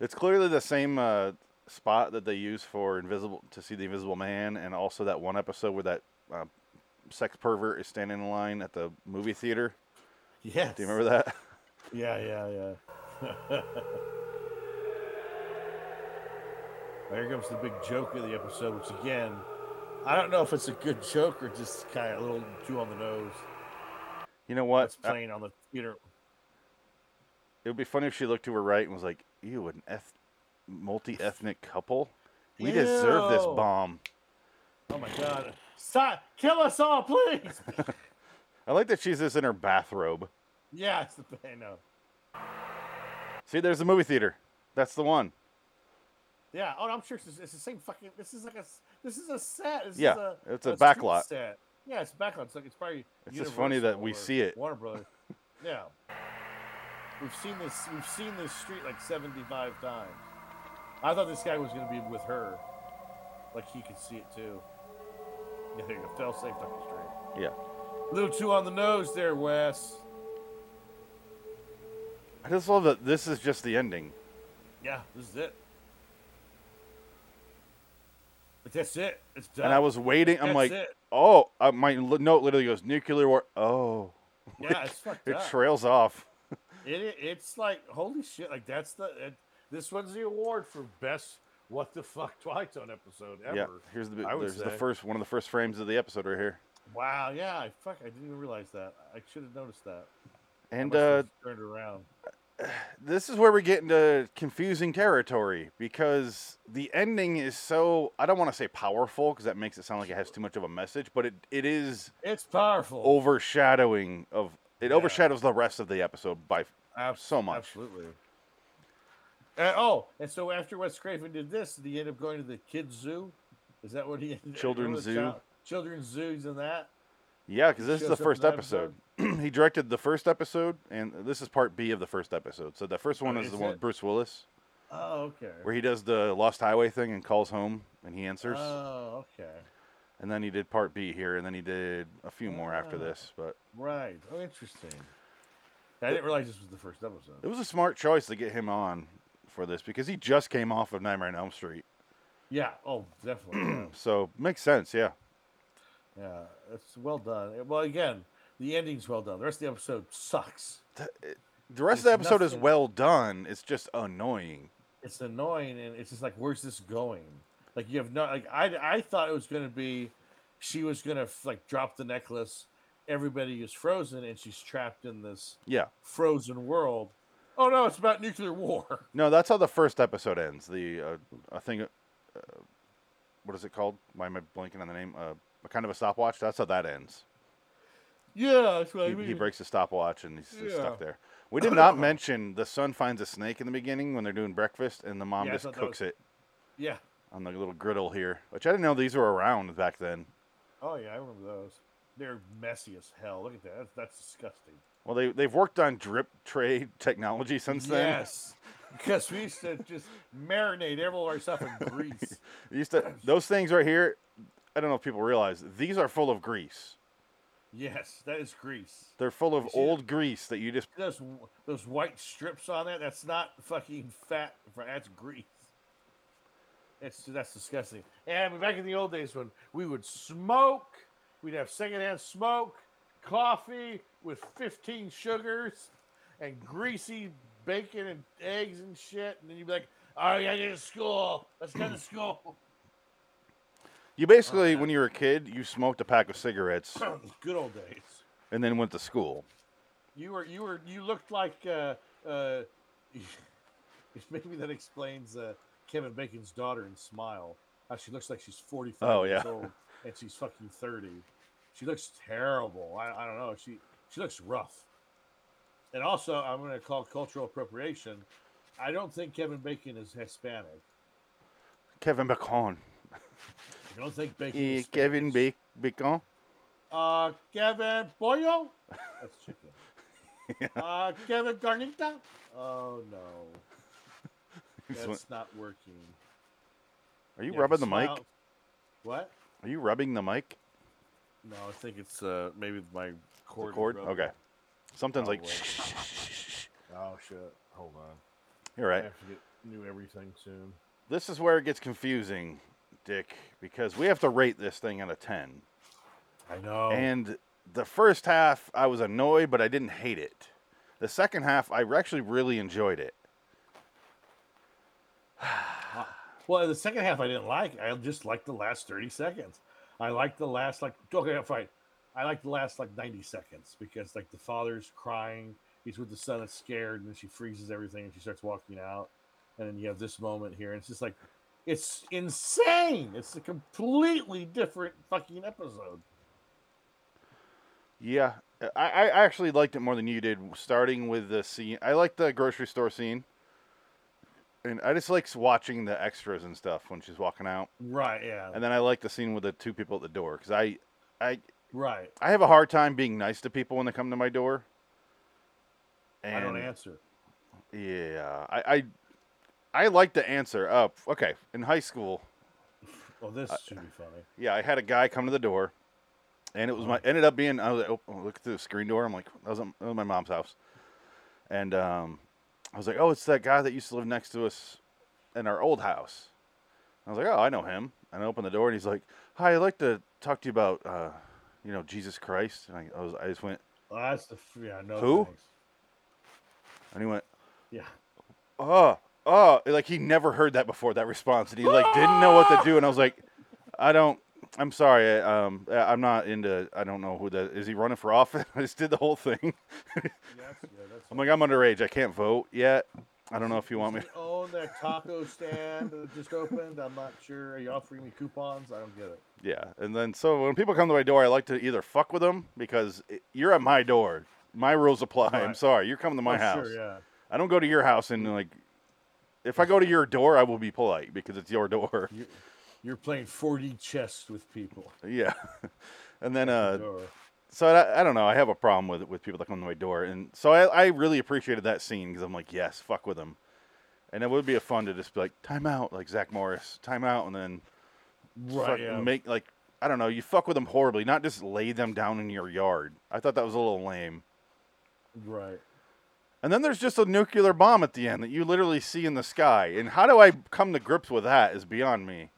Speaker 1: It's clearly the same uh, spot that they use for invisible to see the Invisible Man, and also that one episode where that uh, sex pervert is standing in line at the movie theater.
Speaker 2: Yes.
Speaker 1: Do you remember that?
Speaker 2: Yeah, yeah, yeah. <laughs> There comes the big joke of the episode, which again, I don't know if it's a good joke or just kind of a little too on the nose.
Speaker 1: <laughs> You know what? <laughs>
Speaker 2: That's playing on the theater.
Speaker 1: It would be funny if she looked to her right and was like, "Ew, an eth- multi-ethnic couple. We deserve this
Speaker 2: Ew.
Speaker 1: bomb."
Speaker 2: Oh my god! Stop! Kill us all, please! <laughs>
Speaker 1: I like that she's just in her bathrobe.
Speaker 2: yeah, it's the <laughs> I know.
Speaker 1: See, there's the movie theater. That's the one.
Speaker 2: Yeah. Oh, I'm sure it's, it's the same fucking. This is like a. s- This is a set. This
Speaker 1: Yeah,
Speaker 2: Is a,
Speaker 1: it's a
Speaker 2: street
Speaker 1: backlot.
Speaker 2: Set. Yeah, it's a backlot. It's like it's probably.
Speaker 1: It's just funny that
Speaker 2: Universal
Speaker 1: we
Speaker 2: or
Speaker 1: see it.
Speaker 2: Warner
Speaker 1: <laughs>
Speaker 2: Brothers. yeah. We've seen this. We've seen this street like 75 times. I thought this guy was going to be with her, like he could see it too. Yeah, there you go. Fell safe down the street.
Speaker 1: Yeah.
Speaker 2: A little too on the nose there, Wes.
Speaker 1: I just love that this is just the ending.
Speaker 2: Yeah, this is it. But that's it. It's done.
Speaker 1: And I was waiting. I'm
Speaker 2: That's
Speaker 1: like,
Speaker 2: it.
Speaker 1: oh, uh, my li- note literally goes nuclear war. Oh,
Speaker 2: yeah,
Speaker 1: <laughs>
Speaker 2: it's fucked
Speaker 1: it
Speaker 2: up.
Speaker 1: trails off.
Speaker 2: It, it's like holy shit! Like that's the it,
Speaker 3: This one's the award for best what the fuck Twilight Zone episode ever.
Speaker 1: Yeah, here's the
Speaker 3: I would
Speaker 1: there's the
Speaker 3: say.
Speaker 1: first one of the first frames of the episode right here.
Speaker 2: wow. Yeah, I fuck. I didn't even realize that. I should have noticed that. I
Speaker 1: And
Speaker 2: must
Speaker 1: uh,
Speaker 2: have turned around.
Speaker 1: this is where we get into confusing territory because the ending is so I don't want to say powerful because that makes it sound like it has too much of a message, but it, it is
Speaker 2: It's powerful.
Speaker 1: overshadowing of it
Speaker 2: Yeah. Uh,
Speaker 1: overshadows the rest of the episode by
Speaker 2: Abs-
Speaker 1: so much.
Speaker 2: Absolutely. Uh, oh, and so after Wes Craven did this, did he end up going to the kids zoo? Is that what he ended
Speaker 1: Children's
Speaker 2: or the
Speaker 1: zoo.
Speaker 2: child- Children's zoos and that.
Speaker 1: Yeah, because this is
Speaker 2: shows
Speaker 1: the
Speaker 2: up in
Speaker 1: first
Speaker 2: that
Speaker 1: episode. <clears throat> he directed the first episode, and this is part B of the first episode. So the first one
Speaker 2: Oh,
Speaker 1: is, the
Speaker 2: is
Speaker 1: one
Speaker 2: it?
Speaker 1: with Bruce Willis,
Speaker 2: Oh, okay.
Speaker 1: where he does the Lost Highway thing and calls home, and he answers.
Speaker 2: Oh, okay.
Speaker 1: and then he did part B here, and then he did a few more after
Speaker 2: Ah.
Speaker 1: this. But
Speaker 2: Right. Oh, interesting. I didn't realize this was the first
Speaker 1: it
Speaker 2: episode.
Speaker 1: was a smart choice to get him on for this because he just came off of Nightmare on Elm Street,
Speaker 2: Yeah. Oh, definitely.
Speaker 1: <clears throat>
Speaker 2: yeah.
Speaker 1: so makes sense. Yeah,
Speaker 2: Yeah, it's well done. Uh, Well, again, the ending's well done. The rest of the episode sucks.
Speaker 1: the rest of the
Speaker 2: There's
Speaker 1: episode is
Speaker 2: nothing-
Speaker 1: well done. It's just annoying.
Speaker 2: It's annoying, and it's just like, where's this going? Like you have no like I I thought it was gonna be, she was gonna f- like drop the necklace. Everybody is frozen, and she's trapped in this
Speaker 1: Yeah,
Speaker 2: frozen world. Oh no, it's about nuclear war. <laughs>
Speaker 1: no, that's how the first episode ends. The uh, I think, uh, what is it called? Why am I blanking on the name? Uh, a kind of a stopwatch. That's how that ends.
Speaker 2: Yeah, that's what I
Speaker 1: He,
Speaker 2: mean.
Speaker 1: he breaks the stopwatch and he's, he's
Speaker 2: Yeah.
Speaker 1: stuck there. We did not <laughs> mention the son finds a snake in the beginning when they're doing breakfast, and the mom
Speaker 2: Yeah, I
Speaker 1: just
Speaker 2: thought that
Speaker 1: cooks
Speaker 2: was-
Speaker 1: it
Speaker 2: Yeah.
Speaker 1: on the little griddle here, which I didn't know these were around back then.
Speaker 2: Oh yeah, I remember those. They're messy as hell. Look at that. That's, that's disgusting.
Speaker 1: Well, they they've worked on drip tray <laughs> technology since then.
Speaker 2: Yes, because we used to just marinate all our stuff in grease.
Speaker 1: They used to those things right here. I don't know if people realize these are full of grease.
Speaker 2: Yes, that is grease.
Speaker 1: They're full of
Speaker 2: see
Speaker 1: old grease that you just
Speaker 2: Those those white strips on that. That's not fucking fat. That's grease. It's that's disgusting.
Speaker 3: And back in the old days when we would smoke, we'd have secondhand smoke, coffee with 15 sugars, and greasy bacon and eggs and shit. And then you'd be like, all right, I gotta get to school. Let's go to school.
Speaker 1: you
Speaker 2: Oh,
Speaker 1: basically when you were a kid you smoked a pack of cigarettes
Speaker 2: Good old days.
Speaker 1: and then went to school.
Speaker 2: You were you were you looked like uh, uh, <laughs> maybe that explains uh, Kevin Bacon's daughter in Smile. How she looks like she's forty five
Speaker 1: Oh,
Speaker 2: years
Speaker 1: yeah.
Speaker 2: old and she's fucking thirty. She looks terrible. I, I don't know. She she looks rough. And also, I'm going to call cultural appropriation. I don't think Kevin Bacon is Hispanic.
Speaker 1: Kevin Bacon.
Speaker 2: I don't think Bacon.
Speaker 1: Eh,
Speaker 2: is
Speaker 1: Kevin Ba- Bacon.
Speaker 2: Uh, Kevin Pollo? That's chicken. <laughs> Uh, Kevin Garnita? Oh, no.
Speaker 1: This
Speaker 2: That's
Speaker 1: one-
Speaker 2: not working.
Speaker 1: Are you
Speaker 2: Yeah,
Speaker 1: rubbing the mic?
Speaker 2: smile- What?
Speaker 1: Are you rubbing the mic?
Speaker 2: No, I think it's uh, maybe my
Speaker 1: The
Speaker 2: cord. is
Speaker 1: cord?
Speaker 2: rubbing.
Speaker 1: Okay. Something's like
Speaker 3: Oh, shit. Hold on.
Speaker 1: <laughs> You're right.
Speaker 3: I have to get new everything soon.
Speaker 1: This is where it gets confusing, Dick, because we have to rate this thing out of 10.
Speaker 2: I know.
Speaker 1: And the first half, I was annoyed, but I didn't hate it. The second half, I actually really enjoyed it.
Speaker 2: Well, the second half I didn't like. I just liked the last 30 seconds. I liked the last like okay, fine. I liked the last like 90 seconds because like the father's crying, he's with the son that's scared, and then she freezes everything and she starts walking out. And then you have this moment here, and it's just like it's insane. It's a completely different fucking episode.
Speaker 1: Yeah, I, I I actually liked it more than you did. Starting with the scene, I liked the grocery store scene, and I just liked watching the extras and stuff when she's walking out.
Speaker 2: Right, yeah.
Speaker 1: And then I like the scene with the two people at the door because I, I,
Speaker 2: right.
Speaker 1: I have a hard time being nice to people when they come to my door. And
Speaker 2: I don't answer.
Speaker 1: Yeah, I, I, I like to answer. Up, okay. In high school,
Speaker 2: Well, this should be funny.
Speaker 1: yeah, I had a guy come to the door, and it was my ended up being I was like, oh, oh, look through the screen door. I'm like, that was, at- that was my mom's house, and um, I was like, oh, it's that guy that used to live next to us in our old house. I was like, oh, I know him. And I opened the door, and he's like, hi, I'd like to talk to you about, uh, you know, Jesus Christ. And I, I was, I just went,
Speaker 2: Well, that's the yeah, no.
Speaker 1: Who?
Speaker 2: thanks.
Speaker 1: and he went,
Speaker 2: Yeah.
Speaker 1: oh, oh, like he never heard that before that response, and he like didn't know what to do, and I was like, I don't. I'm sorry. I, um, I- I'm not into. I don't know who that is. He running for office? <laughs> I just did the whole thing.
Speaker 2: Yeah, that's, yeah, that's
Speaker 1: I'm like, I'm underage. I can't vote yet. I don't know if you want me. <laughs>
Speaker 2: Does he own that taco stand that just opened? I'm not sure. Are you offering me coupons? I don't get it.
Speaker 1: Yeah. And then so when people come to my door, I like to either fuck with them because it, you're at my door. My rules apply. I'm
Speaker 2: Right.
Speaker 1: sorry. You're coming to my
Speaker 2: Oh,
Speaker 1: house.
Speaker 2: Sure, yeah.
Speaker 1: I don't go to your house and like. If I go to your door, I will be polite because it's your door.
Speaker 2: You're, you're playing 4D chess with people.
Speaker 1: <laughs>
Speaker 2: oh,
Speaker 1: Yeah. <laughs> And then uh,
Speaker 2: Sure.
Speaker 1: so I, I don't know. I have a problem with with people that come to my door, and so I, I really appreciated that scene because I'm like, yes, fuck with them, and it would be fun to just be like, time out, like Zach Morris, time out, and then fuck-
Speaker 2: Right, yeah.
Speaker 1: make like I don't know, you fuck with them horribly, not just lay them down in your yard. I thought that was a little lame.
Speaker 2: right.
Speaker 1: And then there's just a nuclear bomb at the end that you literally see in the sky, and how do I come to grips with that is beyond me.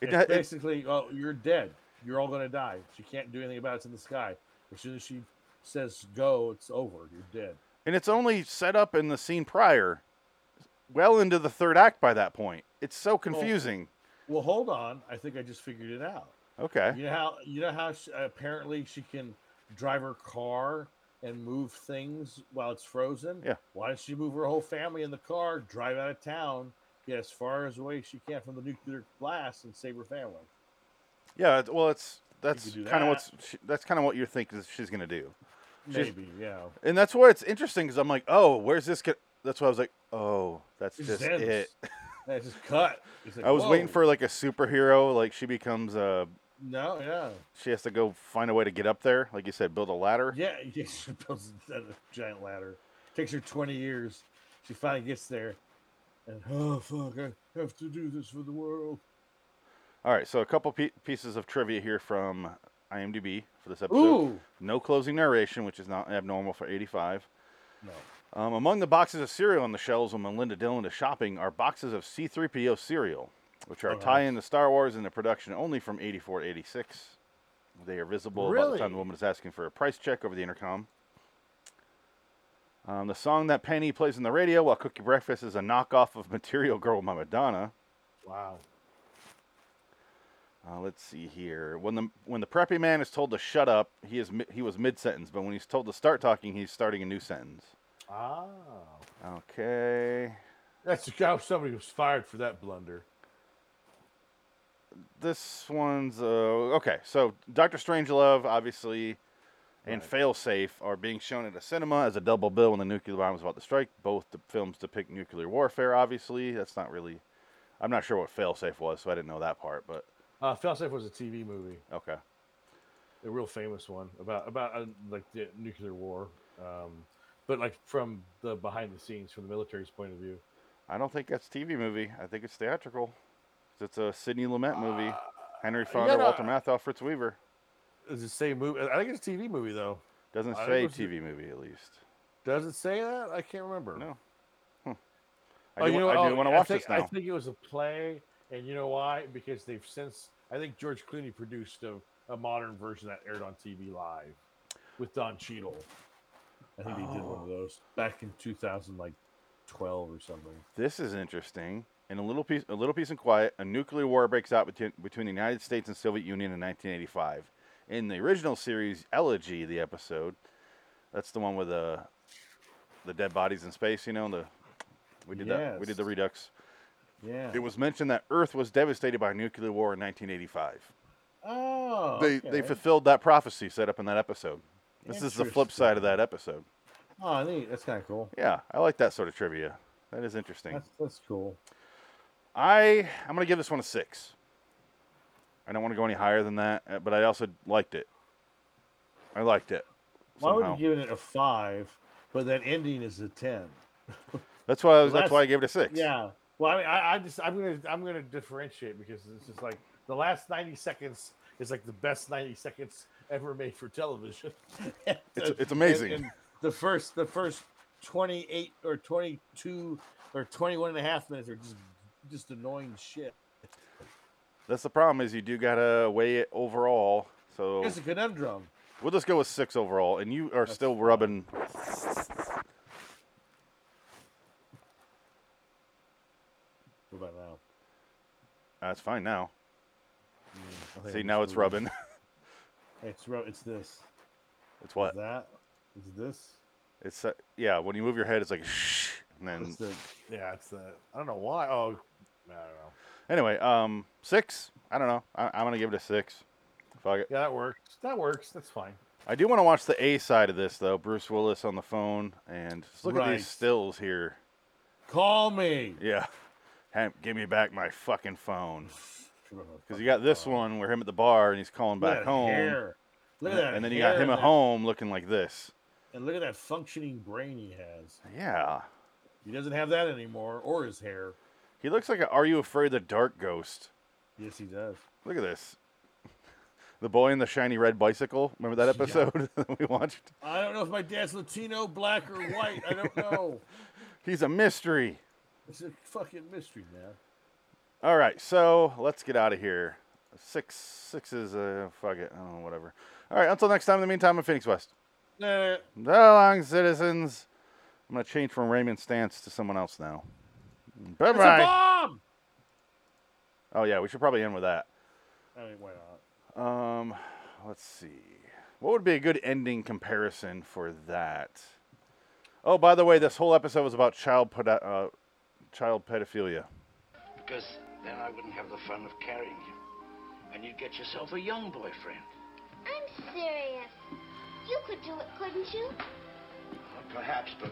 Speaker 1: It,
Speaker 2: It's
Speaker 1: it's,
Speaker 2: basically, oh, you're dead. You're all going to die. She can't do anything about it. It's in the sky. As soon as she says go, it's over. You're dead.
Speaker 1: and it's only set up in the scene prior, well into the third act by that point. It's so confusing.
Speaker 2: Well, hold on. I think I just figured it out.
Speaker 1: Okay.
Speaker 2: You know how you know how she, apparently she can drive her car and move things while it's frozen.
Speaker 1: Yeah.
Speaker 2: Why don't she move her whole family in the car, drive out of town, get as far as away as she can from the nuclear blast, and save her family?
Speaker 1: Yeah. it- Well, it's that's
Speaker 2: do
Speaker 1: kind of
Speaker 2: that.
Speaker 1: what's she, that's kind of what you think is she's gonna do, She's-
Speaker 2: Maybe, yeah.
Speaker 1: and that's why it's interesting because I'm like, oh, where's this? Get? That's why I was like, oh, that's
Speaker 2: It
Speaker 1: just
Speaker 2: ends.
Speaker 1: it.
Speaker 2: Yeah, it's just cut. It's like,
Speaker 1: I was waiting
Speaker 2: whoa.
Speaker 1: for like a superhero, like she becomes a
Speaker 2: No, yeah.
Speaker 1: She has to go find a way to get up there, like you said, build a ladder.
Speaker 2: Yeah, <laughs> yeah, she builds a giant ladder. Takes her 20 years. She finally gets there. And, oh, fuck, I have to do this for the world.
Speaker 1: All right, so a couple pe- pieces of trivia here from IMDb for this episode.
Speaker 2: Ooh.
Speaker 1: No closing narration, which is not abnormal for 85.
Speaker 2: No.
Speaker 1: Um, among the boxes of cereal on the shelves when Melinda Dillon is shopping are boxes of C3PO cereal, which are a
Speaker 2: Oh, nice.
Speaker 1: tie in to Star Wars and the production only from 84 to 86. They are visible by the
Speaker 3: Really?
Speaker 1: time the woman is asking for a price check over the intercom. Um, the song that Penny plays on the radio while cooking breakfast is a knockoff of Material Girl by Madonna.
Speaker 3: Wow.
Speaker 1: Uh, let's see here. When the when the preppy man is told to shut up, he is mi- he was mid sentence, but when he's told to start talking, he's starting a new sentence.
Speaker 3: Ah.
Speaker 1: Okay.
Speaker 3: That's how somebody was fired for that blunder.
Speaker 1: This one's uh, okay. So Doctor Strangelove, obviously, and Failsafe are being shown at a cinema as a double bill when the nuclear bomb is about to strike. Both the films depict nuclear warfare. Obviously, that's not really. I'm not sure what Failsafe was, so I didn't know that part. But
Speaker 3: Uh, Failsafe was a TV movie,
Speaker 1: okay.
Speaker 3: a real famous one about about uh, like the nuclear war, um, but like from the behind the scenes, from the military's point of view.
Speaker 1: I don't think that's TV movie. I think it's theatrical. 'Cause It's a Sidney
Speaker 3: Uh,
Speaker 1: Lumet movie. Henry Fonda,
Speaker 3: no,
Speaker 1: Walter
Speaker 3: I-
Speaker 1: Matthau, Fritz Weaver.
Speaker 3: Is it say movie? I think it's a TV movie though.
Speaker 1: Doesn't
Speaker 3: I
Speaker 1: say
Speaker 3: was-
Speaker 1: TV movie at least.
Speaker 3: Does it say that? I can't remember.
Speaker 1: No. I
Speaker 3: Oh,
Speaker 1: do,
Speaker 3: you know,
Speaker 1: wa- I do
Speaker 3: oh,
Speaker 1: want to watch
Speaker 3: think,
Speaker 1: this
Speaker 3: I
Speaker 1: now.
Speaker 3: think it was a play, and you know why? Because they've since I think George Clooney produced a, a modern version that aired on TV live with Don Cheadle.
Speaker 2: I think he did one
Speaker 1: Oh.
Speaker 2: of those back in 2000, like 12 or something.
Speaker 1: This is interesting. In a little piece, a little peace and quiet, a nuclear war breaks out between, between the United States and Soviet Union in 1985. In the original series, Elegy, the episode, that's the one with the the dead bodies in space. You know, the we did that. We did the
Speaker 2: Yes.
Speaker 1: Redux.
Speaker 2: Yeah.
Speaker 1: It was mentioned that Earth was devastated by nuclear war in 1985.
Speaker 2: oh.
Speaker 1: They they
Speaker 2: okay.
Speaker 1: fulfilled that prophecy set up in that episode. This is the flip side of that episode.
Speaker 2: Oh, neat. That's kind of cool.
Speaker 1: Yeah, I like that sort of trivia. That is interesting.
Speaker 2: That's, that's cool.
Speaker 1: I I'm gonna give this one a six. I don't want to go any higher than that, uh, but I also liked it. I liked it.
Speaker 2: Why would
Speaker 1: somehow.
Speaker 2: you give it a five, but that ending is a 10?
Speaker 1: That's why I was, that's
Speaker 2: Less-
Speaker 1: why I gave it a six.
Speaker 2: Yeah.
Speaker 3: Well, I mean, I, I just I'm gonna I'm gonna differentiate because it's just like the last 90 seconds is like the best 90 seconds ever made for television.
Speaker 1: It's, it's
Speaker 2: <laughs> And-
Speaker 1: amazing.
Speaker 2: and the first the first 28 or 22 or 21 and a half minutes are just just annoying shit.
Speaker 1: That's the problem is you do gotta weigh it overall. So
Speaker 2: It's a conundrum.
Speaker 1: we'll just go with six overall, and you are still rubbing. uh,
Speaker 2: What about now?
Speaker 1: That's fine now.
Speaker 2: I think
Speaker 1: See
Speaker 2: I'm
Speaker 1: now it's
Speaker 2: screwed.
Speaker 1: <laughs> rubbing.
Speaker 2: It's rub. It's this.
Speaker 1: it's what?
Speaker 2: It's that. It's this.
Speaker 1: It's uh, yeah. When you move your head, it's like shh, and then
Speaker 2: It's the,
Speaker 3: yeah, it's the I don't know why. Oh, I don't know.
Speaker 1: anyway, um, six. I don't know. I, I'm gonna give it a six. Fuck it.
Speaker 3: Yeah, that works. That works. That's fine.
Speaker 1: I do want to watch the A side of this though. Bruce Willis on the phone, and just look at
Speaker 2: Right.
Speaker 1: these stills here.
Speaker 2: call me.
Speaker 1: Yeah, <laughs> Hank, give me back my fucking phone. Because
Speaker 2: Because
Speaker 1: you got this one where him at the bar and he's calling back home,
Speaker 2: Look at
Speaker 1: and-
Speaker 2: that
Speaker 1: and then you got
Speaker 2: hair
Speaker 1: him at
Speaker 2: that-
Speaker 1: home looking like this.
Speaker 2: And look at that functioning brain he has.
Speaker 1: Yeah,
Speaker 2: He doesn't have that anymore, or his hair.
Speaker 1: he looks like a Are You Afraid of the Dark Ghost?
Speaker 2: Yes, he does.
Speaker 1: Look at this. <laughs> The boy in the shiny red bicycle. Remember that episode <laughs> that we watched?
Speaker 2: I don't know if my dad's Latino, black, or white. I don't
Speaker 1: <laughs>
Speaker 2: know.
Speaker 1: He's a mystery.
Speaker 2: it's a fucking mystery, man.
Speaker 1: All right, so let's get out of here. Six, six is uh, fuck it, I don't know, whatever. All right, until next time. In the meantime, I'm Phoenix West.
Speaker 2: Nah.
Speaker 1: So long, citizens. I'm gonna change from Raymond Stance to someone else now. Bye
Speaker 2: It's a
Speaker 1: bye.
Speaker 2: bomb.
Speaker 1: Oh yeah, we should probably end with that.
Speaker 2: I mean, why not?
Speaker 1: Um, let's see. What would be a good ending comparison for that? Oh, by the way, this whole episode was about child pedo- uh, child pedophilia.
Speaker 6: Because then I wouldn't have the fun of carrying you. And you'd get yourself a young boyfriend.
Speaker 7: I'm serious. You could do it, couldn't you?
Speaker 6: Well, perhaps, but.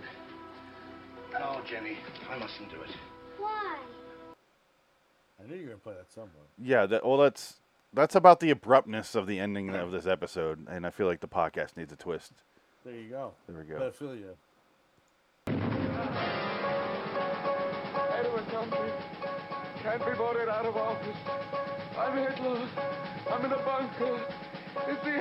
Speaker 6: No, Jenny, I mustn't do it.
Speaker 7: Why?
Speaker 2: I knew you were gonna play that somewhere.
Speaker 1: Yeah, that. Well, that's that's about the abruptness of the ending of this episode, and I feel like the podcast needs a twist.
Speaker 11: There you go.
Speaker 1: There we go.
Speaker 11: Pedophilia.
Speaker 2: out of our country. Can't be voted out of office. I'm Hitler. I'm in a bunker. It's the